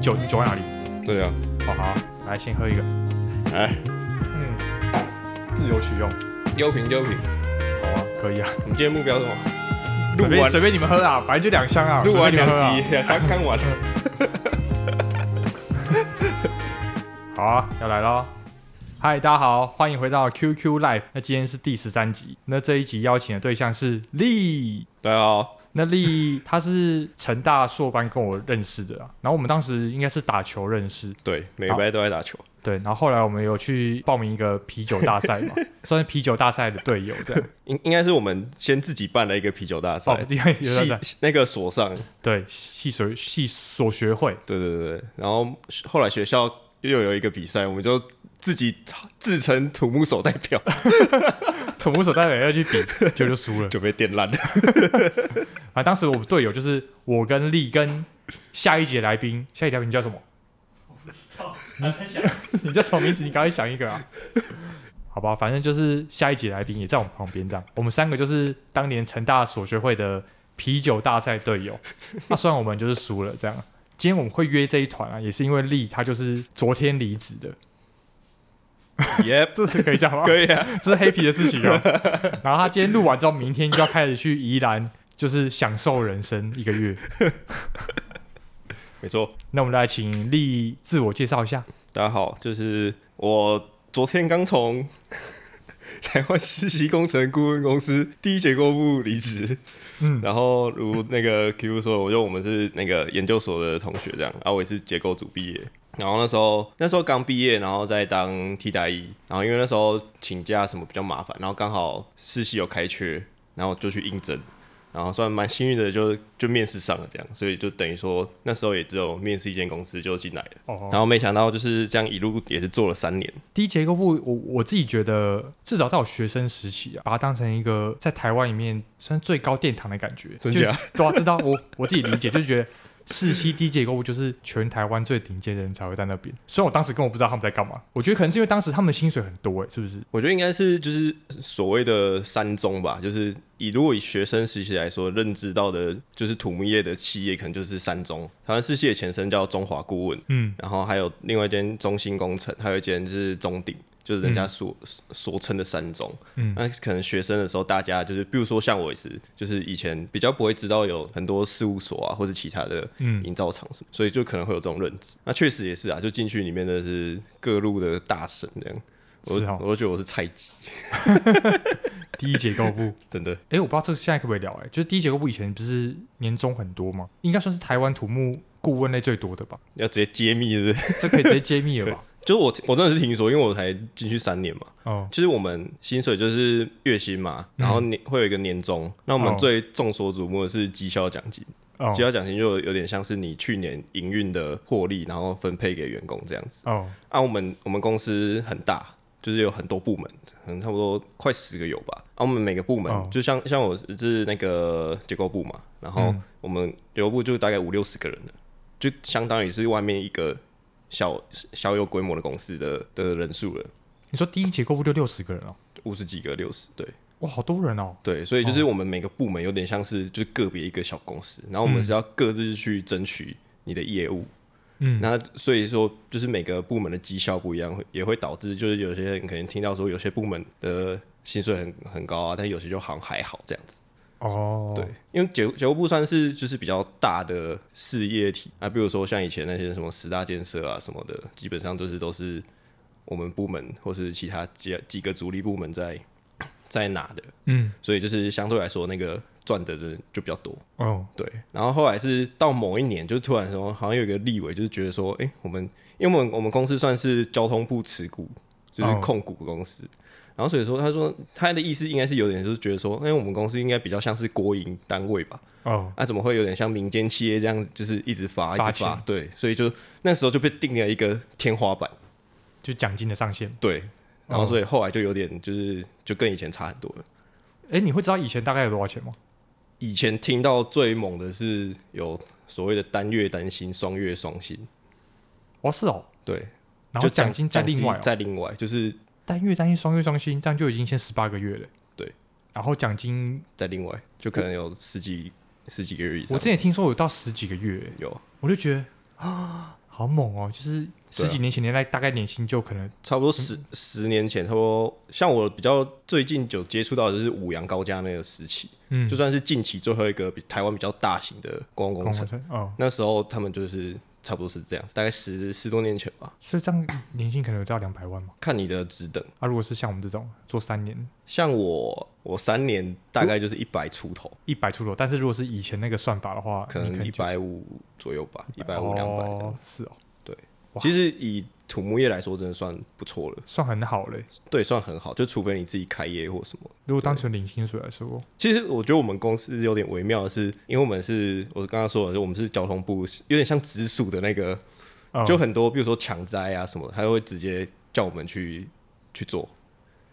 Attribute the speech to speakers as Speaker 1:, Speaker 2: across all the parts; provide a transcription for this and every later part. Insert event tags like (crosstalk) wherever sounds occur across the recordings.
Speaker 1: 酒酒在哪里？
Speaker 2: 对啊，
Speaker 1: 好好，来先喝一个，
Speaker 2: 哎，
Speaker 1: 嗯，自由取用，
Speaker 2: 优品优品，
Speaker 1: 好啊，可以啊，
Speaker 2: 我们今天目标是什么？
Speaker 1: 随
Speaker 2: 录
Speaker 1: 便
Speaker 2: 完
Speaker 1: 随便你们喝啊，反正就两箱啊，
Speaker 2: 录完
Speaker 1: 随便
Speaker 2: 两
Speaker 1: 你们喝啊
Speaker 2: 集，两三看
Speaker 1: (laughs)
Speaker 2: 完，
Speaker 1: 好啊，要来喽！嗨，大家好，欢迎回到 QQ Live。那今天是第十三集，那这一集邀请的对象是丽。
Speaker 2: 对啊，
Speaker 1: 那丽她是成大硕班跟我认识的啊，然后我们当时应该是打球认识，
Speaker 2: 对，每个礼拜都在打球，
Speaker 1: 对，然后后来我们有去报名一个啤酒大赛
Speaker 2: (laughs)
Speaker 1: 嘛，算是啤酒大赛的队友这样。
Speaker 2: 应应该是我们先自己办了一个啤酒大
Speaker 1: 哦
Speaker 2: 赛，，
Speaker 1: 这样也算
Speaker 2: 系
Speaker 1: 在
Speaker 2: 那个所上，
Speaker 1: 对系所系所学会， (laughs)
Speaker 2: 对对对对，然后后来学校又有一个比赛，我们就自己自称土木手代
Speaker 1: (laughs)
Speaker 2: 表，
Speaker 1: 土木所代表要去比，就就输了。
Speaker 2: 就被电
Speaker 1: (laughs)
Speaker 2: 烂了。
Speaker 1: 啊，当时我们队友就是我跟丽跟下一节来宾，下一节来宾叫什么？我 (laughs) 不知道，你你叫什么名字？你赶快想一个啊！好吧，反正就是下一节来宾也在我们旁边这样，我们三个就是当年成大所学会的啤酒大赛队友。那虽然我们就是输了这样，今天我们会约这一团啊，也是因为丽她就是昨天离职的，
Speaker 2: (laughs) yep，
Speaker 1: 这是可以讲吗？
Speaker 2: 可以啊，
Speaker 1: 这是黑皮的事情啊。 (laughs) 然后他今天录完之后，明天就要开始去宜兰，就是享受人生一个月。
Speaker 2: 没错。
Speaker 1: 那我们来请丽自我介绍一下。
Speaker 2: 大家好，就是我昨天刚从 (laughs) 台湾实习工程顾问公司第一结构部离职，
Speaker 1: 嗯
Speaker 2: 然后如那个 Q 说，我就我们是那个研究所的同学这样，然、后我也是结构组毕业。然后那时候那时候刚毕业，然后在当替代役，然后因为那时候请假什么比较麻烦，然后刚好实习有开缺，然后我就去应征，然后算蛮幸运的就就面试上了这样，所以就等于说那时候也只有面试一间公司就进来了。
Speaker 1: 哦，
Speaker 2: 然后没想到就是这样一路也是做了三年，
Speaker 1: 第一结构部，我我自己觉得，至少在我学生时期啊，把它当成一个在台湾里面算最高殿堂的感觉。
Speaker 2: 真
Speaker 1: 就
Speaker 2: 假
Speaker 1: 对啊，知道我 (laughs) 我自己理解，就是觉得世期第一结构部就是全台湾最顶尖的人才会在那边。虽然我当时根本不知道他们在干嘛，我觉得可能是因为当时他们的薪水很多、欸，是不是？
Speaker 2: 我觉得应该是就是所谓的三中吧，就是以如果以学生时期来说，认知到的就是土木业的企业可能就是三中，台湾世系的前身叫中华顾问，
Speaker 1: 嗯，
Speaker 2: 然后还有另外一间中兴工程，还有一间是中鼎，就是人家所、所称的三中。
Speaker 1: 嗯
Speaker 2: 那可能学生的时候，大家就是比如说像我也是，就是以前比较不会知道有很多事务所啊，或者其他的
Speaker 1: 嗯
Speaker 2: 营造厂什么，所以就可能会有这种认知。那确实也是啊，就进去里面的是各路的大神这样。我
Speaker 1: 是哦
Speaker 2: 我都觉得我是菜鸡， (laughs)
Speaker 1: 第一结构部。
Speaker 2: 真的。
Speaker 1: 哎、我不知道这个现在可不可以聊、哎，就是第一结构部以前不是年终很多吗？应该算是台湾土木顾问类最多的吧？
Speaker 2: 要直接揭秘是不是？ (laughs)
Speaker 1: 这可以直接揭秘了吧？
Speaker 2: 就是我我真的是听说，因为我才进去三年嘛，
Speaker 1: 哦，
Speaker 2: 其实我们薪水就是月薪嘛，然后年、会有一个年终。那我们
Speaker 1: 嗯哦
Speaker 2: 最众所瞩目的是绩效奖金，绩
Speaker 1: 哦，
Speaker 2: 效奖金就有点像是你去年营运的获利，然后分配给员工这样子。
Speaker 1: 哦，
Speaker 2: 啊，我们我们公司很大，就是有很多部门，可能差不多快十个有吧。啊，我们每个部门、
Speaker 1: 哦
Speaker 2: 就像像我是那个结构部嘛，然后
Speaker 1: 嗯
Speaker 2: 我们结构部就大概五六十个人了，就相当于是外面一个小小有规模的公司的的人数了，
Speaker 1: 你说第一结构部就六十个人哦，
Speaker 2: 五十几个六十对。
Speaker 1: 哇，好多人哦，
Speaker 2: 对，所以就是我们每个部门有点像是就是个别一个小公司，然后我们是要各自去争取你的业务。
Speaker 1: 嗯
Speaker 2: 那所以说就是每个部门的绩效不一样，会也会导致就是有些人可能听到说有些部门的薪水很很高啊，但有些就好像还好这样子。
Speaker 1: 哦，
Speaker 2: 对，，因为结结构部算是就是比较大的事业体啊，比如说像以前那些什么十大建设啊什么的，基本上就是都是我们部门或是其他几几个主力部门在 (coughs) 在拿的。
Speaker 1: 嗯，
Speaker 2: 所以就是相对来说那个赚的人就比较多。
Speaker 1: 哦，
Speaker 2: 对，然后后来是到某一年，就突然说哎好像有一个立委就是觉得说，哎、我们因为我们我们公司算是交通部持股，就是
Speaker 1: 哦
Speaker 2: 控股公司。然后所以说，他说他的意思应该是有点就是觉得说，因为哎我们公司应该比较像是国营单位吧，
Speaker 1: 哦，
Speaker 2: 那、怎么会有点像民间企业这样子，就是一直发一
Speaker 1: 发
Speaker 2: 直
Speaker 1: 钱
Speaker 2: 发？对，所以就那时候就被定了一个天花板，
Speaker 1: 就奖金的上限。
Speaker 2: 对，然后
Speaker 1: 哦
Speaker 2: 所以后来就有点就是就跟以前差很多了。
Speaker 1: 哎、你会知道以前大概有多少钱吗？
Speaker 2: 以前听到最猛的是有所谓的单月单薪、双月双薪，
Speaker 1: 哦，是哦，
Speaker 2: 对，
Speaker 1: 然
Speaker 2: 就
Speaker 1: 后奖金再另外、
Speaker 2: 奖金
Speaker 1: 哦，
Speaker 2: 再另外，就是
Speaker 1: 单月单薪双月双薪，这样就已经先十八个月了。
Speaker 2: 对，
Speaker 1: 然后奖金，
Speaker 2: 再另外，就可能有十几十几个月以
Speaker 1: 我
Speaker 2: 上
Speaker 1: 之。前也听说有到十几个月、哎
Speaker 2: 有，
Speaker 1: 我就觉得啊， (gasps) 好猛哦！就是
Speaker 2: 啊
Speaker 1: 十几年前年代，大概年薪就可能
Speaker 2: 差不多十、
Speaker 1: 嗯
Speaker 2: 十年前，差不多像我比较最近有接触到的就是五羊高架那个时期，
Speaker 1: 嗯，
Speaker 2: 就算是近期最后一个比台湾比较大型的公共工程，
Speaker 1: 程哦，
Speaker 2: 那时候他们就是差不多是这样，大概十十多年前吧。
Speaker 1: 所以这样年薪可能有到两百万嘛。
Speaker 2: 看你的职等，
Speaker 1: 啊，如果是像我们这种做三年
Speaker 2: 像我我三年大概就是一百出头，
Speaker 1: 一百出头，但是如果是以前那个算法的话，
Speaker 2: 可
Speaker 1: 哦你
Speaker 2: 能一
Speaker 1: 就
Speaker 2: 百五左右吧，一百五两百这样。
Speaker 1: 哦，是哦，哇
Speaker 2: 其实以土木业来说，真的算不错了，
Speaker 1: 算很好嘞。
Speaker 2: 对，算很好。就除非你自己开业或什么。
Speaker 1: 如果单纯领薪水来说，
Speaker 2: 其实我觉得我们公司有点微妙的是，因为我们是我刚刚说了，我们是交通部，有点像直属的那个，
Speaker 1: 嗯
Speaker 2: 就很多，比如说强摘啊什么的，他会直接叫我们去去做，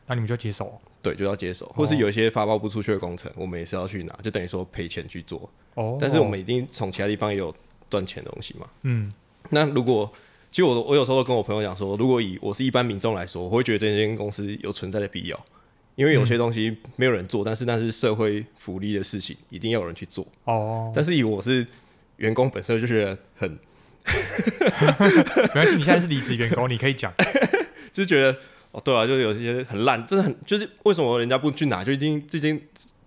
Speaker 1: 那你们就要接手哦
Speaker 2: 对，就要接手，或是有一些发包不出去的工程，我们也是要去拿，就等于说赔钱去做。
Speaker 1: 哦。
Speaker 2: 但是我们一定从其他地方也有赚钱的东西嘛。
Speaker 1: 嗯，
Speaker 2: 那如果其实我我有时候都跟我朋友讲说，如果以我是一般民众来说，我会觉得这间公司有存在的必要，因为有些东西没有人做，但是那是社会福利的事情，一定要有人去做。
Speaker 1: 哦，
Speaker 2: 但是以我是员工本身就觉得很，
Speaker 1: 没关系，你现在是离职员工，你可以
Speaker 2: (laughs)
Speaker 1: 讲。
Speaker 2: 就是觉得哦，对啊，就是有些很烂，真的很就是为什么人家不去拿，就一定这间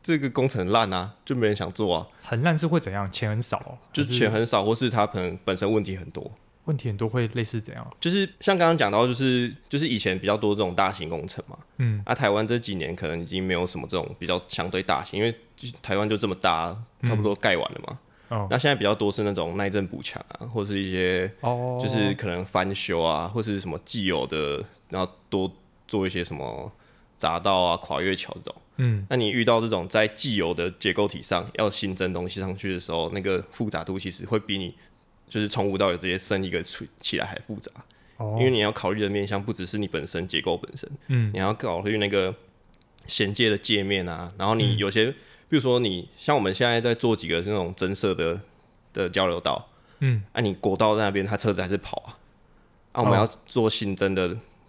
Speaker 2: 这个工程很烂啊，就没人想做啊，
Speaker 1: 很烂是会怎样？钱很少哦，
Speaker 2: 就
Speaker 1: 还
Speaker 2: 钱很少，或是他可能本身问题很多。
Speaker 1: 问题很多，会类似怎样？
Speaker 2: 就是像刚刚讲到，就是就是以前比较多这种大型工程嘛，
Speaker 1: 嗯，
Speaker 2: 那、啊台湾这几年可能已经没有什么这种比较相对大型，因为就是台湾就这么大，差不多盖完了嘛。
Speaker 1: 嗯哦
Speaker 2: 那现在比较多是那种耐震补强啊，或是一些
Speaker 1: 哦，
Speaker 2: 就是可能翻修啊，或是什么既有的，然后多做一些什么匝道啊、跨越桥这种。
Speaker 1: 嗯，
Speaker 2: 那你遇到这种在既有的结构体上要新增东西上去的时候，那个复杂度其实会比你就是从无到有直接升一个出起来还复杂。
Speaker 1: 哦，
Speaker 2: 因为你要考虑的面向不只是你本身结构本身，
Speaker 1: 嗯，
Speaker 2: 你还要考虑那个衔接的界面啊，然后
Speaker 1: 嗯
Speaker 2: 你有些，比如说你像我们现在在做几个那种增设的的交流道，
Speaker 1: 嗯，
Speaker 2: 啊，你国道那边它车子还是跑啊，啊，我们
Speaker 1: 哦
Speaker 2: 要做新增的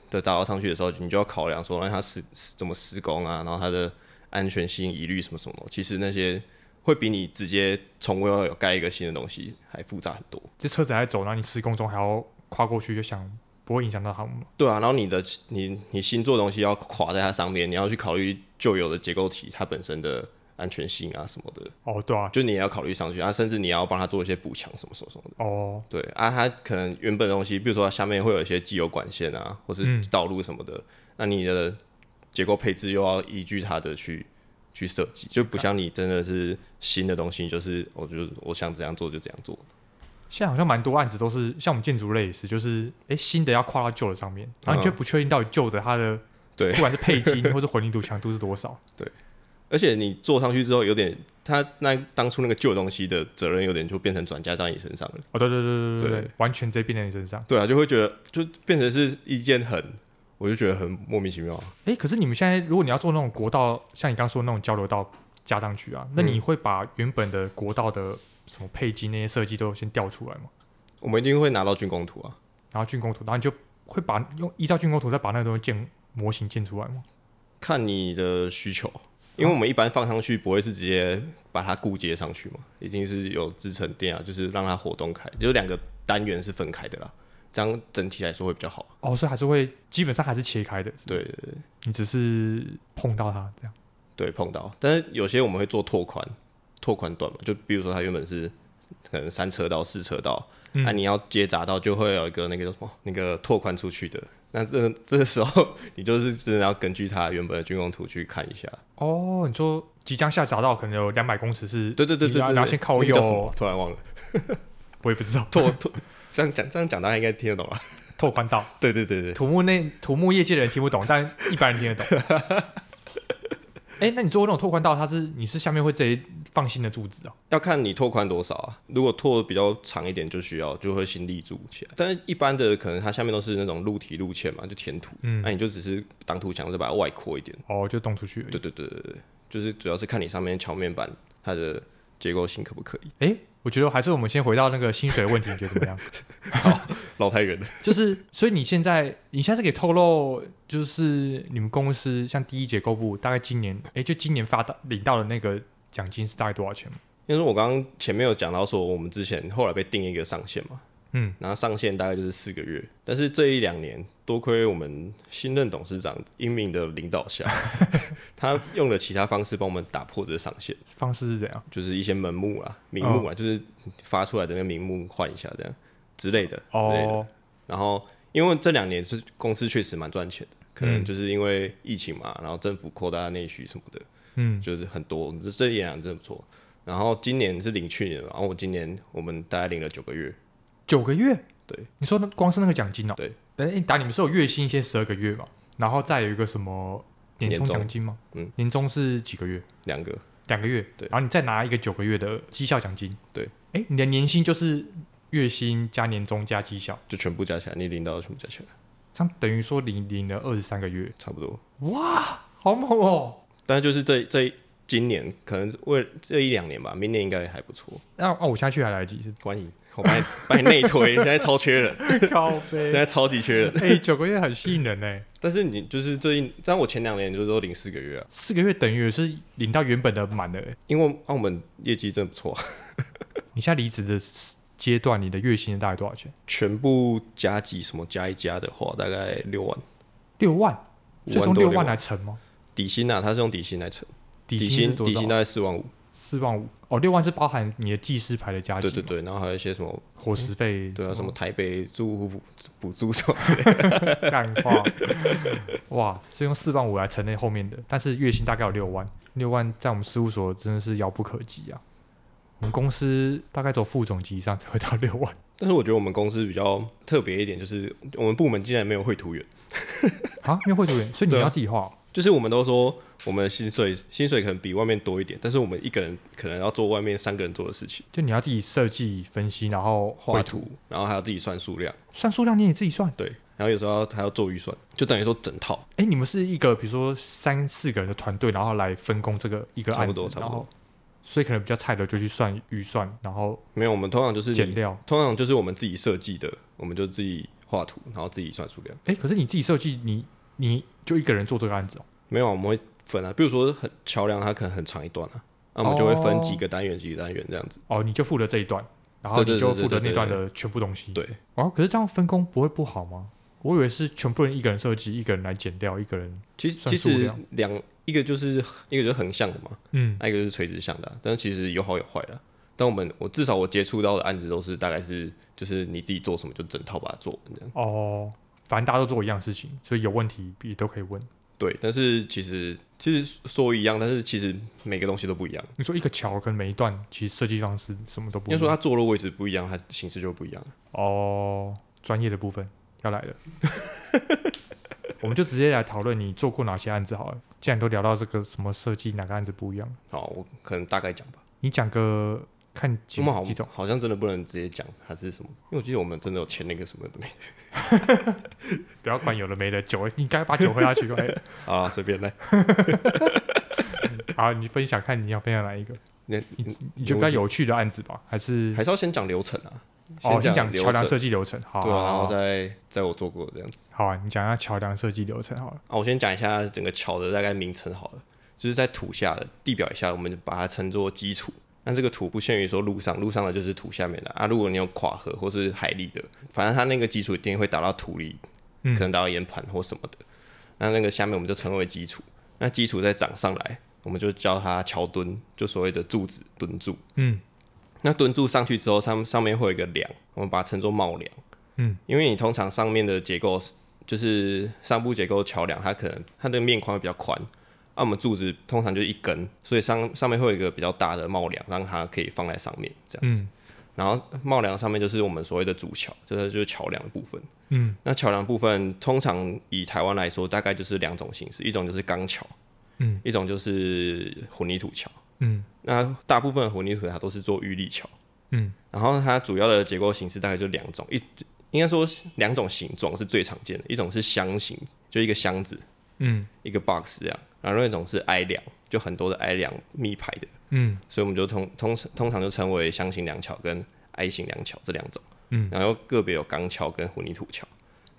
Speaker 2: 的匝道上去的时候，你就要考量说，那它施施怎么施工啊，然后它的安全性疑虑什么什么，其实那些会比你直接从无到有盖一个新的东西还复杂很多。
Speaker 1: 这车子还在走，然后你施工中还要跨过去，就想不会影响到他们吗？
Speaker 2: 对啊，然后你的你你新做的东西要垮在它上面，你要去考虑旧有的结构体它本身的安全性啊什么的，
Speaker 1: 哦，对啊，
Speaker 2: 就你也要考虑上去啊，甚至你要帮它做一些补强什么什么什么的。
Speaker 1: 哦，
Speaker 2: 对啊，它可能原本的东西，比如说它下面会有一些既有管线啊，或是道路什么的，那你的结构配置又要依据它的去去设计，就不像你真的是新的东西，就是我就我想怎样做就怎样做。
Speaker 1: 现在好像蛮多案子都是像我们建筑类也是，就是哎新的要跨到旧的上面，然后你就不确定到底旧的它的
Speaker 2: 对
Speaker 1: 不管是配筋 (laughs) 或者混凝土强度是多少，
Speaker 2: 而且你坐上去之后，有点它那当初那个旧东西的责任有点就变成转嫁到你身上了。
Speaker 1: 哦，对对对对对对
Speaker 2: 对，
Speaker 1: 完全直接变在你身上。
Speaker 2: 对啊，就会觉得就变成是一件很，我就觉得很莫名其妙啊。
Speaker 1: 哎，可是你们现在如果你要做那种国道，像你刚说的那种交流道加上去啊，那你会把原本的国道的什么配筋那些设计都先调出来吗？
Speaker 2: 我们一定会拿到竣工图啊，
Speaker 1: 然后竣工图，然后你就会把用依照竣工图再把那个东西建模型建出来吗？
Speaker 2: 看你的需求，因为我们一般放上去不会是直接把它固接上去嘛，一定是有支撑垫啊，就是让它活动开，就是两个单元是分开的啦，这样整体来说会比较好。
Speaker 1: 哦，所以还是会基本上还是切开的，
Speaker 2: 对对对
Speaker 1: 你只是碰到它这样。
Speaker 2: 对，碰到，但是有些我们会做拓宽，拓宽段嘛，就比如说它原本是可能三车道、四车道，那、
Speaker 1: 嗯
Speaker 2: 你要接匝道，就会有一个那个叫什么那个拓宽出去的。那这这时候你就是真的要根据它原本的军工图去看一下。
Speaker 1: 哦，你说即将下匝道可能有两百公尺是？
Speaker 2: 对对对
Speaker 1: 你
Speaker 2: 对
Speaker 1: 要
Speaker 2: 对，
Speaker 1: 然后先靠
Speaker 2: 那个叫什么
Speaker 1: 右，？哦
Speaker 2: 突然忘了。
Speaker 1: 我也不知道
Speaker 2: 拓拓，这样讲这样讲大家应该听得懂了。
Speaker 1: 拓宽道。
Speaker 2: 对对对对，
Speaker 1: 土木那土木业界的人听不懂，但一般人听得懂。
Speaker 2: (laughs)
Speaker 1: 哎、那你做那种拓宽道，它是你是下面会直接放新的柱子啊？
Speaker 2: 要看你拓宽多少啊。如果拓比较长一点，就需要就会新立柱起来。但是一般的可能它下面都是那种路体路堑嘛，就填土。
Speaker 1: 嗯
Speaker 2: 那、你就只是挡土墙，再把它外扩一点。
Speaker 1: 哦，就动出去而已
Speaker 2: 对。对对对对，就是主要是看你上面桥面板它的结构性可不可以。
Speaker 1: 哎、我觉得还是我们先回到那个薪水的问题，你觉得怎么样？
Speaker 2: 绕太远了。
Speaker 1: 就是，所以你现在，你现在是可以透露，就是你们公司像第一结构部，大概今年，哎、就今年发到领到的那个奖金是大概多少钱吗？
Speaker 2: 因为我刚刚前面有讲到说，我们之前后来被定一个上限嘛，
Speaker 1: 嗯，
Speaker 2: 然后上限大概就是四个月。但是这一两年，多亏我们新任董事长英明的领导下， (laughs) 他用了其他方式帮我们打破这上限，
Speaker 1: 方式是怎样？
Speaker 2: 就是一些门目啊、名目啊，
Speaker 1: 哦
Speaker 2: 就是发出来的那个名目换一下这样之类的之类的。
Speaker 1: 哦，
Speaker 2: 然后因为这两年是公司确实蛮赚钱的，可能就是因为疫情嘛，然后政府扩大内需什么的，
Speaker 1: 嗯，
Speaker 2: 就是很多，这这一两年真的不错。然后今年是领去年嘛，然后我今年我们大概领了九个月，
Speaker 1: 九个月。
Speaker 2: 对，
Speaker 1: 你说那光是那个奖金哦、
Speaker 2: 对，
Speaker 1: 但是打你们是有月薪先十二个月嘛，然后再有一个什么年终奖金吗？
Speaker 2: 年终嗯，
Speaker 1: 年终是几个月？
Speaker 2: 两个
Speaker 1: 两个月。
Speaker 2: 对
Speaker 1: 然后你再拿一个九个月的绩效奖金。
Speaker 2: 对，
Speaker 1: 哎、你的年薪就是月薪加年终加绩效，
Speaker 2: 就全部加起来，你领到的全部加起来
Speaker 1: 这样等于说你领了二十三个月，
Speaker 2: 差不多。
Speaker 1: 好猛哦、
Speaker 2: 但就是这这今年可能为这一两年吧，明年应该还不错。
Speaker 1: 那哦，我现在去还来得及是
Speaker 2: 关于我把你把你内推，现在超缺人，
Speaker 1: 不是 (laughs) 靠
Speaker 2: 现
Speaker 1: 背。
Speaker 2: 在超级缺人。
Speaker 1: 哎、九个月很吸引人欸呢、
Speaker 2: 但是你就是这一，但我前两年就都领四个月啊，
Speaker 1: 四个月等于是领到原本的满的、欸。
Speaker 2: 因为澳门业绩真的不错啊，
Speaker 1: 你现在离职的阶段，你的月薪大概多少钱？
Speaker 2: 全部加几什么加一加的话，大概六万
Speaker 1: 六万，所以从
Speaker 2: 五万多
Speaker 1: 六
Speaker 2: 六
Speaker 1: 万
Speaker 2: 万
Speaker 1: 来乘吗？
Speaker 2: 底薪啊，它是用底薪来乘，
Speaker 1: 底薪
Speaker 2: 薪
Speaker 1: 是多
Speaker 2: 底薪
Speaker 1: 少？
Speaker 2: 大概四万五，
Speaker 1: 四万五哦，六万是包含你的技师牌的加级
Speaker 2: 对
Speaker 1: 嘛，
Speaker 2: 对对，然后还有一些什么
Speaker 1: 伙食费
Speaker 2: 对啊，什
Speaker 1: 么
Speaker 2: 么台北住户补补助什么之 (laughs) 类的，
Speaker 1: 干话， (laughs) 哇，所以用四万五来乘那后面的，但是月薪大概有六万，六万在我们事务所真的是遥不可及啊。我们公司大概走副总级以上才会到六万
Speaker 2: 但是我觉得我们公司比较特别一点，就是我们部门竟然没有绘图员。
Speaker 1: 啊，没有绘图员，所以你
Speaker 2: 对啊
Speaker 1: 要自己画哦、
Speaker 2: 就是我们都说我们的薪水薪水可能比外面多一点，但是我们一个人可能要做外面三个人做的事情，
Speaker 1: 就你要自己设计、分析，然后
Speaker 2: 画
Speaker 1: 绘图、
Speaker 2: 图，然后还要自己算数量，
Speaker 1: 算数量，你也自己算。
Speaker 2: 对，然后有时候还要做预算，就等于说整套
Speaker 1: 哎、你们是一个比如说三四个人的团队，然后来分工这个一个
Speaker 2: 差
Speaker 1: 案
Speaker 2: 不
Speaker 1: 子
Speaker 2: 多，差
Speaker 1: 然
Speaker 2: 不
Speaker 1: 后
Speaker 2: 多。
Speaker 1: 所以可能比较菜的就去算预算，然后
Speaker 2: 没有，我们通常就是
Speaker 1: 减
Speaker 2: 你
Speaker 1: 料。
Speaker 2: 通常就是我们自己设计的，我们就自己画图，然后自己算数量。
Speaker 1: 哎、可是你自己设计，你你就一个人做这个案子哦。
Speaker 2: 没有啊，我们会分啊，比如说很桥梁，它可能很长一段啊，那我们就会分几个单元、几个单元这样子。
Speaker 1: 哦，你就负责这一段，然后
Speaker 2: 对
Speaker 1: 你
Speaker 2: 对
Speaker 1: 就
Speaker 2: 对对
Speaker 1: 负责
Speaker 2: 对
Speaker 1: 那
Speaker 2: 对
Speaker 1: 段的全部东西。
Speaker 2: 对。
Speaker 1: 哦，可是这样分工不会不好吗？我以为是全部人一个人设计，一个人来减掉，一个人
Speaker 2: 其实
Speaker 1: 算
Speaker 2: 其
Speaker 1: 数
Speaker 2: 实
Speaker 1: 量
Speaker 2: 两一个就是一个就是横向的嘛，
Speaker 1: 嗯，
Speaker 2: 那一个就是垂直向的啊、但是其实有好有坏啦。但我们我至少我接触到的案子都是大概是就是你自己做什么就整套把它做完这样。
Speaker 1: 哦，反正大家都做一样事情，所以有问题也都可以问。
Speaker 2: 对，但是其实其实说一样，但是其实每个东西都不一样。
Speaker 1: 你说一个桥跟每一段其实设计方式什么都不一
Speaker 2: 应该
Speaker 1: 样。
Speaker 2: 说它坐落位置不一样，它形式就不一样。
Speaker 1: 哦，专业的部分要来了， (laughs) 我们就直接来讨论你做过哪些案子好了。既然都聊到这个什么设计，哪个案子不一样，
Speaker 2: 好，我可能大概讲吧。
Speaker 1: 你讲个看几
Speaker 2: 我们好
Speaker 1: 几种
Speaker 2: 好像真的不能直接讲它是什么，因为我记得我们真的有签那个什么的没
Speaker 1: 不要管有的没的，酒你该把酒喝下去。快
Speaker 2: (laughs)
Speaker 1: 点
Speaker 2: (laughs) 啊，随便来。
Speaker 1: 好，你分享看你要分享哪一个？
Speaker 2: 那嗯
Speaker 1: 你你就比较有趣的案子吧，还是
Speaker 2: 还是要先讲流程啊，
Speaker 1: 哦，先
Speaker 2: 讲
Speaker 1: 讲
Speaker 2: 流
Speaker 1: 桥
Speaker 2: 程，
Speaker 1: 梁设计流程。好，
Speaker 2: 对啊，然
Speaker 1: 好
Speaker 2: 后
Speaker 1: 好
Speaker 2: 再再我做过的这样子
Speaker 1: 好啊，你讲一下桥梁设计流程好了。
Speaker 2: 啊，我先讲一下整个桥的大概名称好了，就是在土下的地表以下，我们就把它称作基础。那这个土不限于说路上，路上的就是土下面的啊。如果你有垮河或是海里的，反正它那个基础一定会打到土里，
Speaker 1: 嗯
Speaker 2: 可能打到岩盘或什么的。那那个下面我们就称为基础，那基础再长上来，我们就叫它桥墩，就所谓的柱子墩柱。
Speaker 1: 嗯，
Speaker 2: 那墩柱上去之后，上上面会有一个梁，我们把它称作帽梁。
Speaker 1: 嗯，
Speaker 2: 因为你通常上面的结构是就是上部结构桥梁，它可能它的面宽会比较宽，那、我们柱子通常就是一根，所以上上面会有一个比较大的帽梁，让它可以放在上面这样子。
Speaker 1: 嗯
Speaker 2: 然后帽梁上面就是我们所谓的主桥，就是就是桥梁的部分。
Speaker 1: 嗯
Speaker 2: 那桥梁部分通常以台湾来说，大概就是两种形式，一种就是钢桥，
Speaker 1: 嗯，
Speaker 2: 一种就是混凝土桥。
Speaker 1: 嗯
Speaker 2: 那大部分的混凝土它都是做预立桥，
Speaker 1: 嗯，
Speaker 2: 然后它主要的结构形式大概就两种，一应该说两种形状是最常见的，一种是箱型，就一个箱子
Speaker 1: 嗯
Speaker 2: 一个 box 这样，然后另一种是 I 梁，就很多的 I 梁密排的，
Speaker 1: 嗯
Speaker 2: 所以我们就通通通常就称为箱型梁桥跟 I 型梁桥这两种，
Speaker 1: 嗯，
Speaker 2: 然后个别有钢桥跟混凝土桥，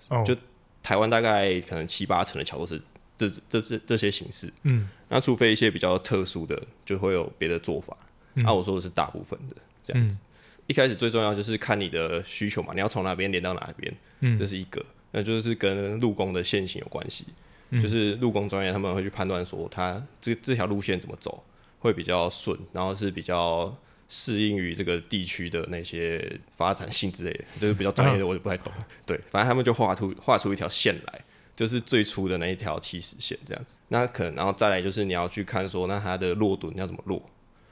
Speaker 1: 哦
Speaker 2: 就台湾大概可能七八成的桥都是这这这这些形式，
Speaker 1: 嗯
Speaker 2: 那除啊非一些比较特殊的，就会有别的做法。那、
Speaker 1: 嗯
Speaker 2: 我说的是大部分的这样子。一开始最重要就是看你的需求嘛，你要从哪边连到哪边，
Speaker 1: 嗯
Speaker 2: 这是一个。那就是跟路工的线型有关系，
Speaker 1: 嗯
Speaker 2: 就是路工专业他们会去判断说他这这条路线怎么走会比较顺，然后是比较适应于这个地区的那些发展性之类的，就是比较专
Speaker 1: (laughs) 嗯
Speaker 2: 业的我也不太懂。对，反正他们就画出画出一条线来，就是最初的那一条起始线这样子。那可能然后再来就是你要去看说那它的落墩要怎么落，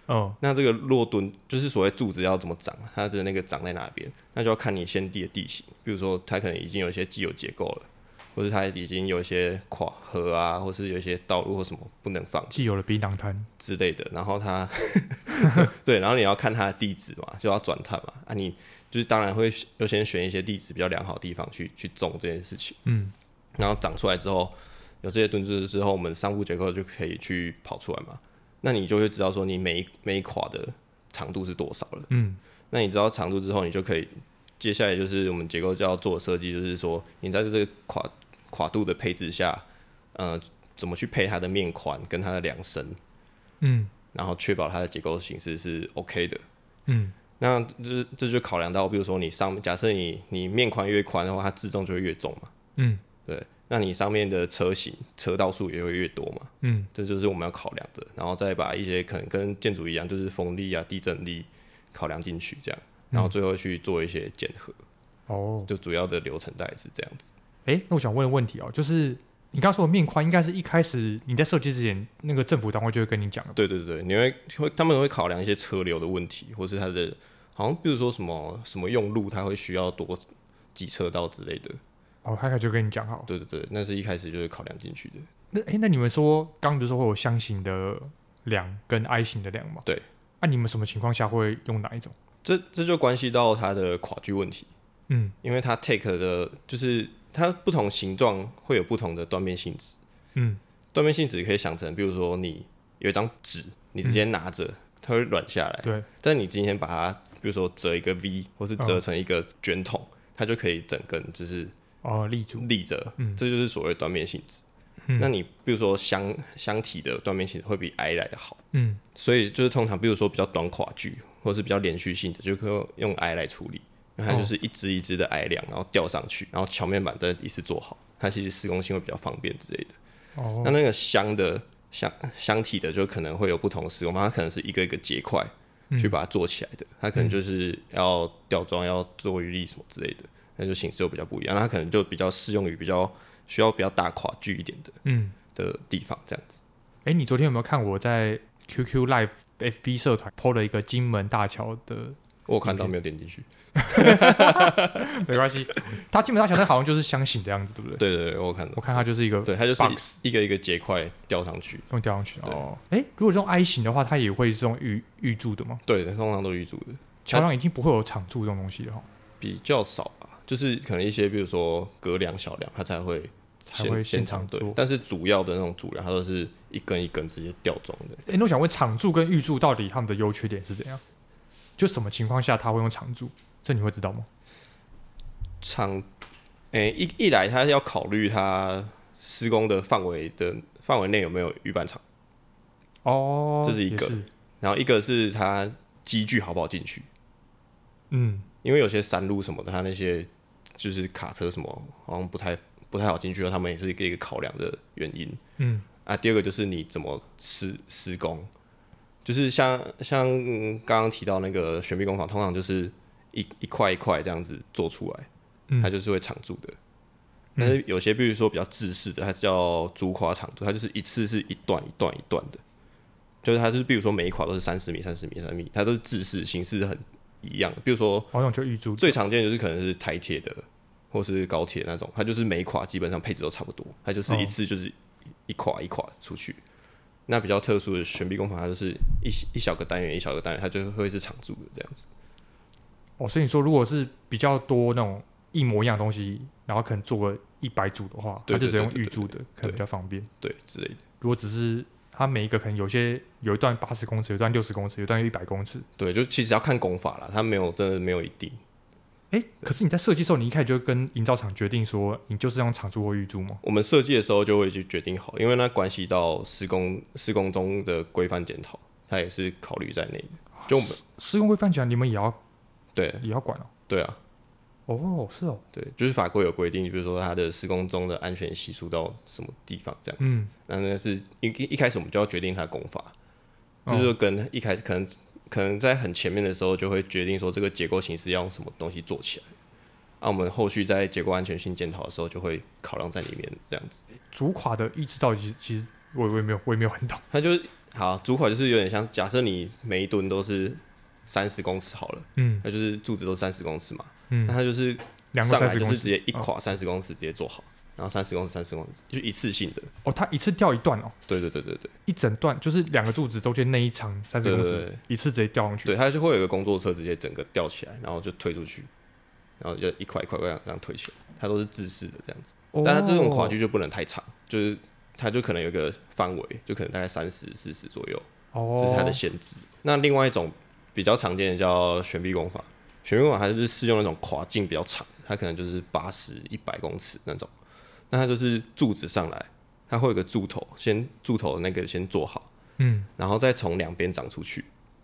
Speaker 1: 哦，
Speaker 2: 那这个落墩就是所谓柱子要怎么长，它的那个长在哪边，那就要看你先地的地形。比如说，它可能已经有一些既有结构了，或者它已经有一些垮河啊，或是有一些道路或什么不能放
Speaker 1: 既有了槟榔摊，
Speaker 2: 之类的。然后它， (laughs) 对，然后你要看它的地址嘛，就要转探嘛。啊，你就是当然会优先选一些地址比较良好的地方去去种这件事情。
Speaker 1: 嗯，
Speaker 2: 然后长出来之后，有这些墩子之后，我们上部结构就可以去跑出来嘛。那你就会知道说你每一每一垮的长度是多少了。
Speaker 1: 嗯，
Speaker 2: 那你知道长度之后，你就可以接下来就是我们结构就要做的设计，就是说你在这个垮垮度的配置下，呃，怎么去配它的面宽跟它的量身，
Speaker 1: 嗯
Speaker 2: 然后确保它的结构形式是 OK 的。
Speaker 1: 嗯
Speaker 2: 那这这就考量到，比如说你上假设你你面宽越宽的话，它自重就会越重嘛。
Speaker 1: 嗯
Speaker 2: 对，那你上面的车型车道数也会越多嘛，
Speaker 1: 嗯
Speaker 2: 这就是我们要考量的，然后再把一些可能跟建筑一样，就是风力啊、地震力考量进去，这样，然后最后去做一些检核，
Speaker 1: 哦，
Speaker 2: 就主要的流程大概是这样子。
Speaker 1: 诶，那我想问个问题哦，就是你刚说的面宽，应该是一开始你在设计之前，那个政府单位就会跟你讲了吧，
Speaker 2: 对对对，你会会他们会考量一些车流的问题，或是它的好像比如说什么什么用路，它会需要多几车道之类的。
Speaker 1: 哦，他一开始就跟你讲好了。
Speaker 2: 对对对，那是一开始就是考量进去的。
Speaker 1: 那诶，那你们说刚不是说会有箱型的梁跟 I 型的梁吗？
Speaker 2: 对。
Speaker 1: 那、你们什么情况下会用哪一种？
Speaker 2: 这这就关系到它的垮距问题。
Speaker 1: 嗯
Speaker 2: 因为它 take 的就是它不同形状会有不同的断面性质，
Speaker 1: 嗯
Speaker 2: 断面性质可以想成，比如说你有一张纸，你直接
Speaker 1: 嗯
Speaker 2: 拿着、它会软下来，
Speaker 1: 对，
Speaker 2: 但你今天把它，比如说折一个 V，或是
Speaker 1: 嗯
Speaker 2: 折成一个卷筒，它就可以整根就是
Speaker 1: 哦，立柱，
Speaker 2: 立着，
Speaker 1: 嗯
Speaker 2: 这就是所谓断面性质。
Speaker 1: 嗯
Speaker 2: 那你比如说箱箱体的断面性质会比 I 来的好，
Speaker 1: 嗯
Speaker 2: 所以就是通常比如说比较短垮距或是比较连续性的，就可以用 I 来处理。那它就是一支一支的 I 量，然后吊上去，然后桥面板再一次做好，它其实施工性会比较方便之类的。那
Speaker 1: 哦，
Speaker 2: 那个箱的箱箱体的就可能会有不同施工方法，它可能是一个一个结块
Speaker 1: 嗯
Speaker 2: 去把它做起来的，它可能就是要吊装、要做余力什么之类的，那就形式就比较不一样。那它可能就比较适用于比较需要比较大垮距一点的
Speaker 1: 嗯，
Speaker 2: 的地方，这样子。
Speaker 1: 诶，你昨天有没有看我在 QQ Live FB 社团 PO 了一个金门大桥
Speaker 2: (laughs)
Speaker 1: 的？
Speaker 2: 我有看到没有点进去？
Speaker 1: 没关系，它金门大桥那好像就是箱型的样子，对不对？
Speaker 2: 对对对，我有看到。
Speaker 1: 我看它就是一个
Speaker 2: 对，它就是
Speaker 1: box
Speaker 2: 一个一个结块吊上去。
Speaker 1: 用吊上去的
Speaker 2: 对
Speaker 1: 哦。诶，如果这种 I 型的话，它也会是这种预预柱的吗？
Speaker 2: 对，通常都是预组的，
Speaker 1: 桥上已经不会有长柱这种东西了哈，
Speaker 2: 比较少吧。就是可能一些，比如说隔梁、小梁，它才会
Speaker 1: 才会
Speaker 2: 现
Speaker 1: 现
Speaker 2: 场
Speaker 1: 场
Speaker 2: 对
Speaker 1: 做。。
Speaker 2: 但是主要的那种主梁，它都是一根一根直接吊装的。
Speaker 1: 诶，那我想问，场柱跟预柱到底他们的优缺点是怎样？就什么情况下他会用场柱？这你会知道吗？
Speaker 2: 厂，诶、一一来它要考虑它施工的范围的范围内有没有预拌场，
Speaker 1: 哦，
Speaker 2: 这是一个
Speaker 1: 也
Speaker 2: 然后一个是它机具好不好进去，
Speaker 1: 嗯，
Speaker 2: 因为有些山路什么的，它那些就是卡车什么好像不太不太好进去，他们也是一个一个考量的原因。
Speaker 1: 嗯
Speaker 2: 啊，第二个就是你怎么施施工，就是像像嗯刚刚提到那个悬臂工法，通常就是一一块一块这样子做出来，
Speaker 1: 嗯
Speaker 2: 它就是会常住的。但是有些，比如说比较制式的，它叫竹垮长度，它就是一次是一段一段一段的，就是它就是比如说每一垮都是三十米、三十米、三十米，它都是制式，形式很一样的。比如说
Speaker 1: 好像就预柱。
Speaker 2: 最常见就是可能是台铁的或是高铁那种，它就是每一垮基本上配置都差不多，它就是一次就是一垮一垮出去。那比较特殊的悬臂工法，它就是一一小个单元一小个单元，它就会是常驻的这样子。
Speaker 1: 哦，所以你说如果是比较多那种一模一样的东西，然后可能做个一百组的话，
Speaker 2: 对
Speaker 1: 他就直
Speaker 2: 对
Speaker 1: 接
Speaker 2: 对
Speaker 1: 用
Speaker 2: 对
Speaker 1: 预
Speaker 2: 对
Speaker 1: 柱的，可能比较方便。
Speaker 2: 对之类的，
Speaker 1: 如果只是它每一个可能有些有一段八十公尺，有一段六十公尺，有一段一百公尺。
Speaker 2: 对，就其实要看工法啦，它没有真的没有一定，
Speaker 1: 诶，可是你在设计的时候，你一开始就跟营造厂决定说，你就是用场柱或预柱吗？
Speaker 2: 我们设计的时候就会去决定好，因为那关系到施工施工中的规范检讨，它也是考虑在内的。就我们
Speaker 1: 施工规范起来，你们也要
Speaker 2: 对
Speaker 1: 也要管哦。
Speaker 2: 对啊，
Speaker 1: 哦，是哦，
Speaker 2: 对，就是法规有规定，比如说它的施工中的安全系数到什么地方这样子。
Speaker 1: 嗯，
Speaker 2: 那那是一一一开始我们就要决定它的工法，
Speaker 1: 哦
Speaker 2: 就是说跟一开始可能可能在很前面的时候就会决定说这个结构形式要用什么东西做起来。啊那、我们后续在结构安全性检讨的时候就会考量在里面这样子。
Speaker 1: 主垮的意志到底其实其实我我也没有我也没有很
Speaker 2: (laughs)
Speaker 1: 懂。
Speaker 2: 它就是好，主款就是有点像，假设你每一吨都是三十公尺好了，
Speaker 1: 嗯
Speaker 2: 那就是柱子都三十公尺嘛，那
Speaker 1: 嗯，
Speaker 2: 它就是
Speaker 1: 两个
Speaker 2: 上
Speaker 1: 三
Speaker 2: 来
Speaker 1: 十
Speaker 2: 就
Speaker 1: 公
Speaker 2: 是直
Speaker 1: 尺哦
Speaker 2: 接一垮三十公尺直接做好，然后三十公尺三十公尺就一次性的，
Speaker 1: 哦，它一次掉一段哦，
Speaker 2: 对对对对对
Speaker 1: 一整段就是两个柱子中间那一长三十
Speaker 2: 对
Speaker 1: 公
Speaker 2: 对
Speaker 1: 尺，
Speaker 2: 对，
Speaker 1: 一次直接掉上去。
Speaker 2: 对它就会有一个工作车直接整个吊起来，然后就推出去，然后就一块一块这样这样推起来，它都是自式的这样子，
Speaker 1: 哦，
Speaker 2: 但它这种垮距就不能太长，就是它就可能有一个范围，就可能大概三十四十左右。
Speaker 1: 哦，
Speaker 2: 这是它的限制。那另外一种比较常见的叫悬臂功法，悬臂功法它就是适用那种跨径比较长，它可能就是八十一百公尺那种。那它就是柱子上来，它会有个柱头，先柱头那个先做好，
Speaker 1: 嗯，
Speaker 2: 然后再从两边长出去，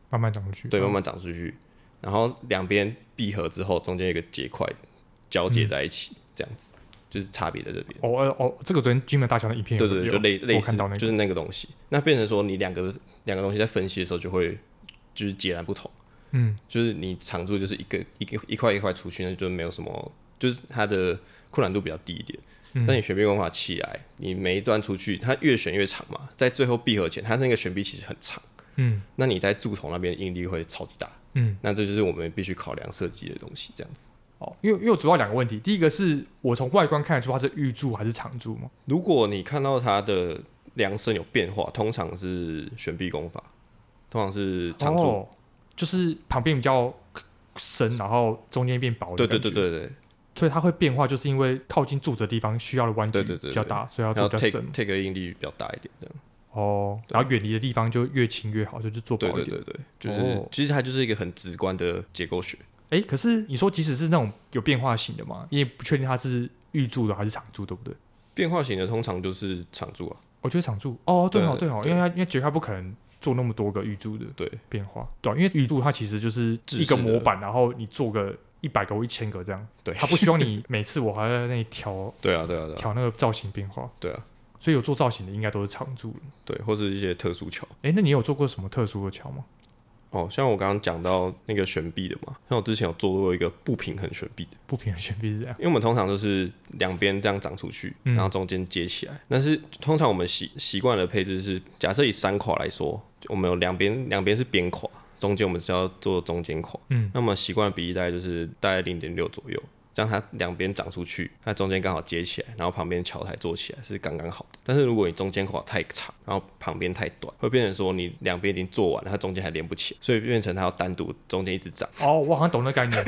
Speaker 1: 慢慢长上去。
Speaker 2: 对，
Speaker 1: 哦
Speaker 2: 慢慢长出去，然后两边闭合之后，中间有一个结块交
Speaker 1: 嗯
Speaker 2: 接在一起，这样子就是差别在这边。
Speaker 1: 哦呃哦，这个昨天金门大桥的影片有
Speaker 2: 对对，
Speaker 1: 有
Speaker 2: 就类类
Speaker 1: 我
Speaker 2: 似
Speaker 1: 看到那个，
Speaker 2: 就是那个东西。那变成说你两个两个东西在分析的时候就会就是截然不同。
Speaker 1: 嗯，
Speaker 2: 就是你常住就是一个一个一块一块出去，那就没有什么，就是它的困难度比较低一点。
Speaker 1: 嗯
Speaker 2: 但你悬臂功法起来，你每一段出去，它越旋越长嘛，在最后闭合前，它那个悬臂其实很长，
Speaker 1: 嗯
Speaker 2: 那你在柱头那边应力会超级大，
Speaker 1: 嗯，
Speaker 2: 那这就是我们必须考量设计的东西，这样子。
Speaker 1: 哦，因为因为我主要两个问题，第一个是我从外观看得出它是玉柱还是长柱吗？
Speaker 2: 如果你看到它的量身有变化，通常是悬臂功法，通常是长柱，
Speaker 1: 哦，就是旁边比较深，然后中间变薄的
Speaker 2: 对
Speaker 1: 感
Speaker 2: 对
Speaker 1: 觉。
Speaker 2: 对对对，
Speaker 1: 所以它会变化，就是因为靠近柱子的地方需要的弯
Speaker 2: 对
Speaker 1: 距
Speaker 2: 对对对
Speaker 1: 比较大，所以要
Speaker 2: 然后
Speaker 1: 做比较
Speaker 2: take
Speaker 1: 深。
Speaker 2: take 的应力比较大一点，这样。
Speaker 1: 哦，然后远离的地方就越轻越好，所以就做薄
Speaker 2: 对
Speaker 1: 一
Speaker 2: 对
Speaker 1: 点。
Speaker 2: 对对，就是、
Speaker 1: 哦
Speaker 2: 其实它就是一个很直观的结构学。
Speaker 1: 哎、可是你说即使是那种有变化型的嘛，因为不确定它是玉柱的还是长柱，对不对？
Speaker 2: 变化型的通常就是常驻啊，
Speaker 1: 我觉得长柱哦，对哦对
Speaker 2: 对
Speaker 1: 哦，
Speaker 2: 对
Speaker 1: 因为它因为杰克不可能做那么多个玉柱的
Speaker 2: 对
Speaker 1: 变化，对啊、因为玉柱它其实就是
Speaker 2: 制
Speaker 1: 一个
Speaker 2: 式的
Speaker 1: 模板，然后你做个一百个或一千个这样，
Speaker 2: 对
Speaker 1: 它不希望你每次我还在那里调
Speaker 2: (laughs) 对啊，对啊，对啊，
Speaker 1: 调那个造型变化，
Speaker 2: 对啊，
Speaker 1: 所以有做造型的应该都是长柱。
Speaker 2: 对，或是一些特殊桥。
Speaker 1: 哎、那你有做过什么特殊的桥吗？
Speaker 2: 哦，像我刚刚讲到那个悬臂的嘛，像我之前有做过一个不平衡悬臂的，
Speaker 1: 不平衡悬臂是这样，
Speaker 2: 因为我们通常都是两边这样长出去，
Speaker 1: 嗯
Speaker 2: 然后中间接起来。但是通常我们习习惯的配置是，假设以三垮来说，我们有两边两边是边垮，中间我们是要做中间垮。
Speaker 1: 嗯，
Speaker 2: 那么习惯的比例大概就是大概零点六左右，这样它两边长出去，它中间刚好接起来，然后旁边桥台做起来是刚刚好的。但是如果你中间垮太长，然后旁边太短，会变成说你两边已经做完了，它中间还连不起来，所以变成它要单独中间一直长，
Speaker 1: 哦，我好像懂那概 (laughs) 念。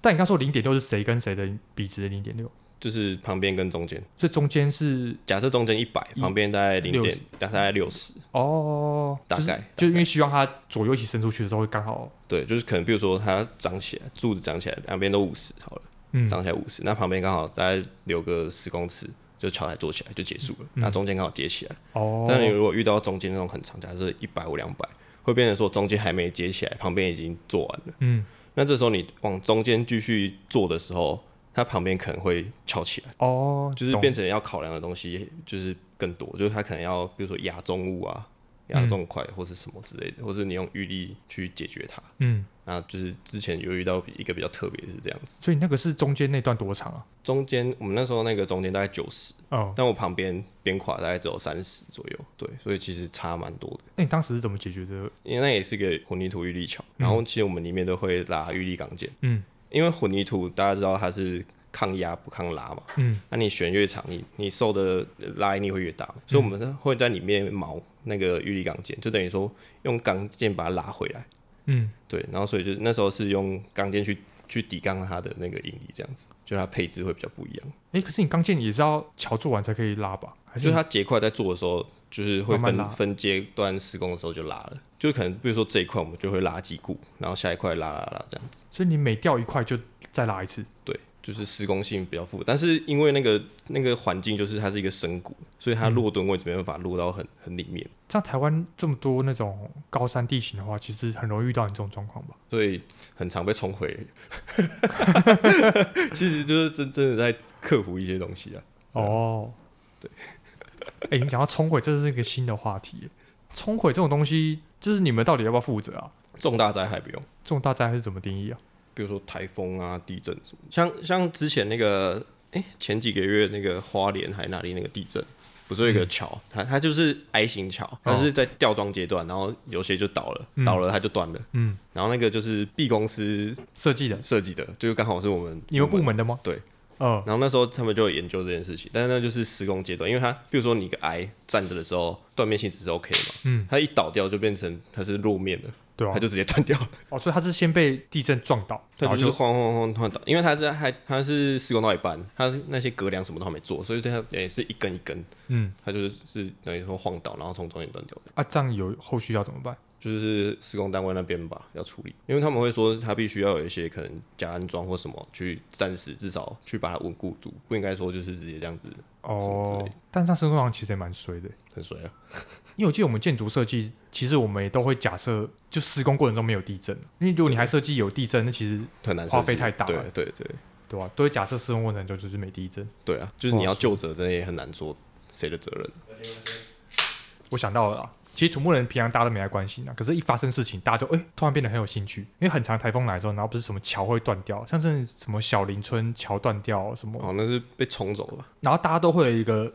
Speaker 1: 但你刚说零点六是谁跟谁的比值的零点六，
Speaker 2: 就是旁边跟中间。
Speaker 1: 所以中间是
Speaker 2: 假设中间一百，旁边大概零点，大概六十，
Speaker 1: 哦，
Speaker 2: 大
Speaker 1: 就是
Speaker 2: 概
Speaker 1: 就是因为希望它左右一起伸出去的时候会刚好，
Speaker 2: 对，就是可能比如说它长起来，柱子长起来，两边都五十好了，
Speaker 1: 嗯，
Speaker 2: 长起来五十，那旁边刚好大概留个十公尺，就桥台做起来就结束了，那中间刚好接起来。
Speaker 1: 哦，
Speaker 2: 但你如果遇到中间那种很长，假设一百或两百，会变成说中间还没接起来，旁边已经做完了。
Speaker 1: 嗯，
Speaker 2: 那这时候你往中间继续做的时候，它旁边可能会翘起来，
Speaker 1: 哦，
Speaker 2: 就是
Speaker 1: 懂
Speaker 2: 变成要考量的东西就是更多，就是它可能要比如说压重物啊、
Speaker 1: 嗯
Speaker 2: 压重块或是什么之类的，或是你用预力去解决它。
Speaker 1: 嗯，
Speaker 2: 那就是之前有遇到一个比较特别是这样子，
Speaker 1: 所以那个是中间那段多长啊？
Speaker 2: 中间我们那时候那个中间大概九十，
Speaker 1: 哦，
Speaker 2: 但我旁边边垮大概只有三十左右，对，所以其实差蛮多的。
Speaker 1: 那你当时是怎么解决的？
Speaker 2: 因为那也是个混凝土预力墙，然后其实我们里面都会拉预力钢件，
Speaker 1: 嗯
Speaker 2: 因为混凝土大家知道它是抗压不抗拉嘛，
Speaker 1: 嗯，
Speaker 2: 那你旋越长，你你受的拉力会越大嘛，所以
Speaker 1: 嗯
Speaker 2: 我们是会在里面锚那个预力钢件，就等于说用钢件把它拉回来，
Speaker 1: 嗯，
Speaker 2: 对，然后所以就是那时候是用钢件去去抵抗它的那个引力，这样子，就它配置会比较不一样，
Speaker 1: 哎，可是你钢件也是要桥做完才可以拉吧？还
Speaker 2: 就是
Speaker 1: 是
Speaker 2: 它结块在做的时候。就是会
Speaker 1: 慢
Speaker 2: 分
Speaker 1: 慢拉
Speaker 2: 分阶段施工的时候就拉了，就可能比如说这一块我们就会拉几股，然后下一块拉拉拉这样子。
Speaker 1: 所以你每掉一块就再拉一次？
Speaker 2: 对，就是施工性比较复杂，但是因为那个那个环境就是它是一个深谷，所以它落墩位置没办法落到很很里面，
Speaker 1: 像台湾这么多那种高山地形的话，其实很容易遇到你这种状况吧？
Speaker 2: 所以很常被冲毁。其实就是真真的在克服一些东西啊。对啊
Speaker 1: 哦，对，哎、你讲到冲毁，这是一个新的话题耶。冲毁这种东西，就是你们到底要不要负责啊？
Speaker 2: 重大灾害不用，
Speaker 1: 这种大灾害是怎么定义啊？
Speaker 2: 比如说台风啊、地震什么，像像之前那个，哎、前几个月那个花莲还哪里那个地震，不是有一个桥，它它就是 I 型桥，它是在吊装阶段，然后有些就倒了，
Speaker 1: 嗯
Speaker 2: 倒了它就断了，
Speaker 1: 嗯，
Speaker 2: 然后那个就是 B 公司
Speaker 1: 设计的，
Speaker 2: 设计的，就是刚好是我们
Speaker 1: 你们部，门的吗？
Speaker 2: 对，
Speaker 1: 嗯，
Speaker 2: 然后那时候他们就有研究这件事情，但是那就是施工阶段，因为它比如说你一个 I 站着的时候，断面性质是 OK 的嘛，
Speaker 1: 嗯，
Speaker 2: 它一倒掉就变成它是落面的，
Speaker 1: 对啊
Speaker 2: 它，就直接断掉了。
Speaker 1: 哦，所以他是先被地震撞倒，然
Speaker 2: 它
Speaker 1: 后
Speaker 2: 就
Speaker 1: 就
Speaker 2: 是晃晃晃突然倒，因为它是还它是施工到一半，它那些隔梁什么都还没做，所以它也是一根一根，
Speaker 1: 嗯
Speaker 2: 它就是是等于说晃倒，然后从中间断掉的，
Speaker 1: 啊，这样有后续要怎么办？
Speaker 2: 就是施工单位那边吧要处理，因为他们会说它必须要有一些可能加安装或什么去暂时至少去把它稳固住，不应该说就是直接这样子什么之类
Speaker 1: 哦
Speaker 2: 的，
Speaker 1: 但上升工厂其实也蛮衰的，
Speaker 2: 很水啊。
Speaker 1: 因为我记得我们建筑设计，其实我们也都会假设，就施工过程中没有地震，啊因为如果你还设计有地震，那其实
Speaker 2: 很难设计，
Speaker 1: 花费太大了
Speaker 2: 对啊对对
Speaker 1: 对吧、啊都会假设施工过程中就是没地震。
Speaker 2: 对啊，就是你要就责，真的也很难说谁的责任。
Speaker 1: 我想到了啦，其实土木人平常大家都没太关心啊，可是一发生事情，大家就哎、诶突然变得很有兴趣，因为很常台风来的时候，然后不是什么桥会断掉，像是什么小林村桥断掉什么，
Speaker 2: 哦，那是被冲走了吧？
Speaker 1: 然后大家都会有一个，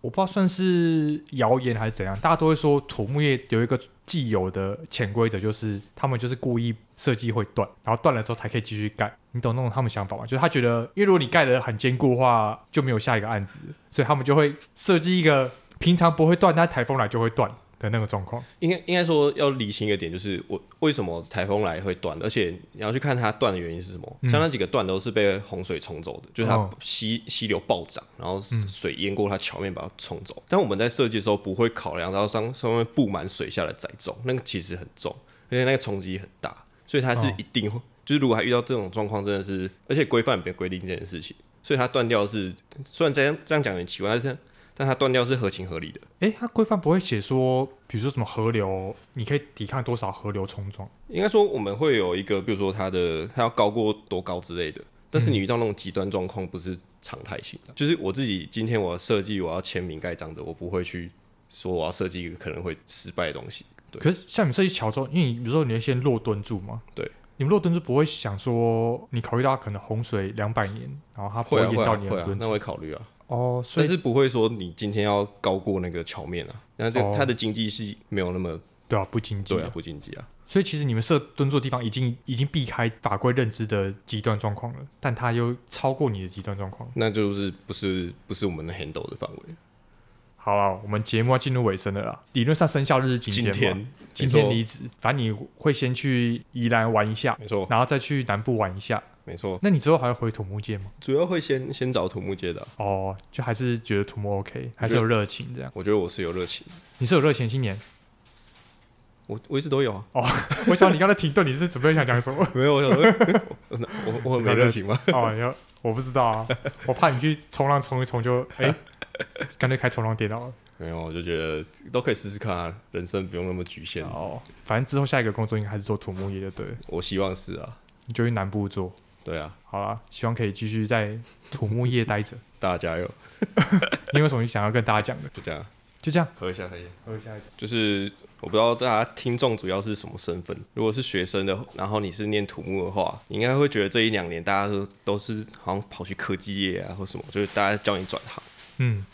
Speaker 1: 我不知道算是谣言还是怎样，大家都会说土木业有一个既有的潜规则，就是他们就是故意设计会断，然后断了之后才可以继续盖。你懂那种他们想法吗？就是他觉得，因为如果你盖得很坚固的话，就没有下一个案子，所以他们就会设计一个平常不会断，但台风来就会断的那个状况。
Speaker 2: 应该应该说要理清一个点，就是我为什么台风来会断，而且你要去看它断的原因是什么。
Speaker 1: 嗯
Speaker 2: 像那几个断都是被洪水冲走的，就是它
Speaker 1: 哦嗯
Speaker 2: 溪溪流暴涨，然后水淹过它桥面把它冲走。但我们在设计的时候不会考量到上上面布满水下的载重，那个其实很重，而且那个冲击很大，所以它是
Speaker 1: 哦
Speaker 2: 一定会，就是如果还遇到这种状况，真的是，而且规范也没规定这件事情，所以它断掉是，虽然这样这样讲有点奇怪，但是但它断掉是合情合理的。
Speaker 1: 诶，它规范不会写说，比如说什么河流，你可以抵抗多少河流冲撞？
Speaker 2: 应该说我们会有一个，比如说它的它要高过多高之类的，但
Speaker 1: 嗯
Speaker 2: 是你遇到那种极端状况不是常态性的。就是我自己今天我设计我要签名盖章的，我不会去说我要设计一个可能会失败的东西。对
Speaker 1: 可是像你设计桥之后，因为你比如说你会先落墩住嘛，
Speaker 2: 对，
Speaker 1: 你们落墩住不会想说你考虑到可能洪水两百年，然后它不
Speaker 2: 会啊
Speaker 1: 淹
Speaker 2: 会
Speaker 1: 到
Speaker 2: 啊
Speaker 1: 你
Speaker 2: 会
Speaker 1: 的
Speaker 2: 啊，
Speaker 1: 墩
Speaker 2: 那
Speaker 1: 子、
Speaker 2: 会考虑啊，
Speaker 1: 哦，所
Speaker 2: 但
Speaker 1: 以
Speaker 2: 是不会说你今天要高过那个桥面啊。那这
Speaker 1: 哦
Speaker 2: 它的经济是没有那么
Speaker 1: 对啊不经济、
Speaker 2: 对啊，不经济啊。
Speaker 1: 所以其实你们设墩住的地方已经已经避开法规认知的极端状况了，但它又超过你的极端状况。
Speaker 2: 那就是不是不是我们的 handle 的范围。
Speaker 1: 好了，我们节目要进入尾声了啦，理论上生效日是今
Speaker 2: 今
Speaker 1: 天嘛，
Speaker 2: 天
Speaker 1: 今天离职，反正你会先去宜兰玩一下，
Speaker 2: 没错
Speaker 1: 然后再去南部玩一下。
Speaker 2: 没错，
Speaker 1: 那你之后还会回土木界吗？
Speaker 2: 主要会先先找土木界的啊、
Speaker 1: 哦，就还是觉得土木 OK，还是有热情这样。
Speaker 2: 我觉得我是有热情的，
Speaker 1: 你是有热情青年？ (laughs)
Speaker 2: 我我一直都有啊。
Speaker 1: 我想你刚才停顿，你是准备想讲什么？
Speaker 2: 没有，我想说， (laughs) 欸我我我很没热情吗？
Speaker 1: 哦，你要我不知道啊，我怕你去冲浪冲一冲就哎，干、脆开冲浪电脑了。
Speaker 2: 没有，我就觉得都可以试试看啊，人生不用那么局限。
Speaker 1: 哦，反正之后下一个工作应该还是做土木业就对了，
Speaker 2: 我希望是啊，
Speaker 1: 你就去南部做。
Speaker 2: 对啊，
Speaker 1: 好啦，希望可以继续在土木业待着。
Speaker 2: 大家加油，
Speaker 1: 你有没有什么想要跟大家讲的？
Speaker 2: 就这样，
Speaker 1: 就这样，
Speaker 2: 喝一下，喝一下。
Speaker 1: 喝下一个。
Speaker 2: 就是我不知道大家听众主要是什么身份，如果是学生的，然后你是念土木的话，你应该会觉得这一两年大家都都是好像跑去科技业啊或什么，就是大家叫你转行。
Speaker 1: 嗯，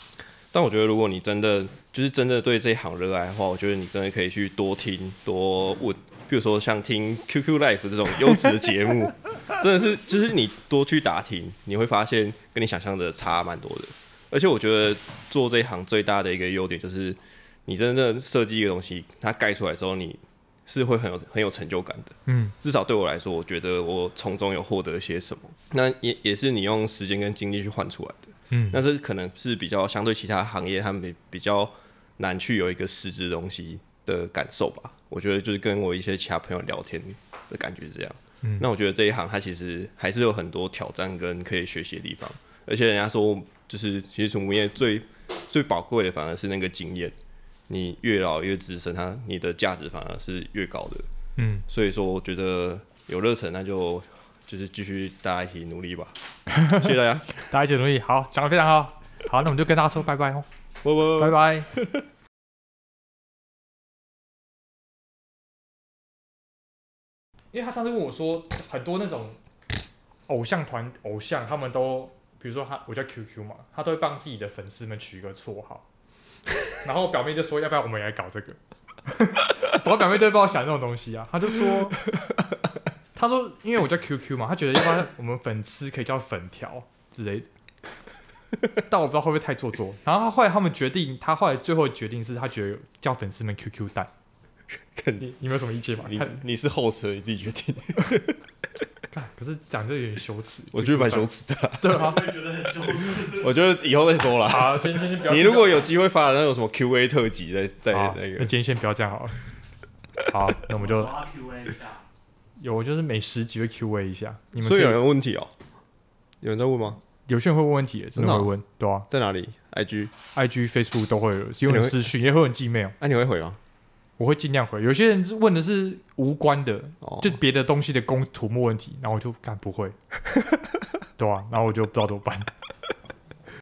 Speaker 2: 但我觉得，如果你真的就是真的对这一行热爱的话，我觉得你真的可以去多听多问，比如说像听 QQ Life 这种优质的节目， (laughs) 真的是就是你多去打听，你会发现跟你想象的差蛮多的。而且我觉得做这一行最大的一个优点就是，你真正设计一个东西，它盖出来之后，你是会很有很有成就感的。
Speaker 1: 嗯，
Speaker 2: 至少对我来说，我觉得我从中有获得一些什么，那也也是你用时间跟精力去换出来的。
Speaker 1: 嗯
Speaker 2: 那这可能是比较相对其他行业，他们比比较难去有一个实质的东西的感受吧。我觉得就是跟我一些其他朋友聊天的感觉是这样。
Speaker 1: 嗯
Speaker 2: 那我觉得这一行它其实还是有很多挑战跟可以学习的地方，而且人家说就是其实畜牧业最最宝贵的反而是那个经验，你越老越资深，它你的价值反而是越高的。
Speaker 1: 嗯，
Speaker 2: 所以说我觉得有热忱，那就就是继续大家一起努力吧。 (laughs) 谢谢大家，
Speaker 1: 大家一起努力，好，讲的非常好，好，那我们就跟大家说拜拜哦，
Speaker 2: 拜拜
Speaker 1: 拜拜。 (laughs) 因为他上次问我说，很多那种偶像团偶像，他们都，比如说他，我叫 QQ 嘛，他都会帮自己的粉丝们取一个绰号，然后表妹就说，要不要我们也来搞这个？我表妹都会帮我想这种东西啊，她就
Speaker 2: (laughs)
Speaker 1: 说，她说，因为我叫 QQ 嘛，她觉得要不然我们粉丝可以叫粉条之类的。但我不知道会不会太做作。然后他后来他们决定，他后来最后的决定是他觉得叫粉丝们 QQ
Speaker 2: (laughs)
Speaker 1: 蛋。
Speaker 2: 看
Speaker 1: 你你们有什么意见吗？
Speaker 2: 你
Speaker 1: 看，
Speaker 2: 你是后车，你自己决定。
Speaker 1: 看可是讲这有点羞耻，
Speaker 2: 我觉得蛮羞耻的啦，
Speaker 1: 耻，对啊。
Speaker 3: 我也觉得很羞耻。
Speaker 2: (laughs) 我觉得以后再说 (laughs) 啦。
Speaker 1: 好，先先先不要。
Speaker 2: 你如果有机会发展那种什么 Q&A 特辑，再再
Speaker 1: 好
Speaker 2: 那
Speaker 1: 那
Speaker 2: 个
Speaker 1: 今天先不要这样好了。好，那我们就
Speaker 3: 我要 Q&A 一下，
Speaker 1: 有，我就是每十集会 Q&A 一下。你们
Speaker 2: 所以
Speaker 1: 可
Speaker 2: 有人问题哦、有人在问吗？
Speaker 1: 有些人会问问题，真
Speaker 2: 真的
Speaker 1: 的
Speaker 2: 哦
Speaker 1: 会问，对啊
Speaker 2: 在哪里？IG？
Speaker 1: ，IG、Facebook 都会有，因为
Speaker 2: 你
Speaker 1: 有
Speaker 2: 会
Speaker 1: 私讯，也会有人 Gmail，
Speaker 2: 哎、你会回吗？
Speaker 1: 我会尽量回。有些人是问的是无关的，
Speaker 2: 哦，
Speaker 1: 就别的东西的工土木问题，然后我就干不会，对啊，然后我就不知道怎么办，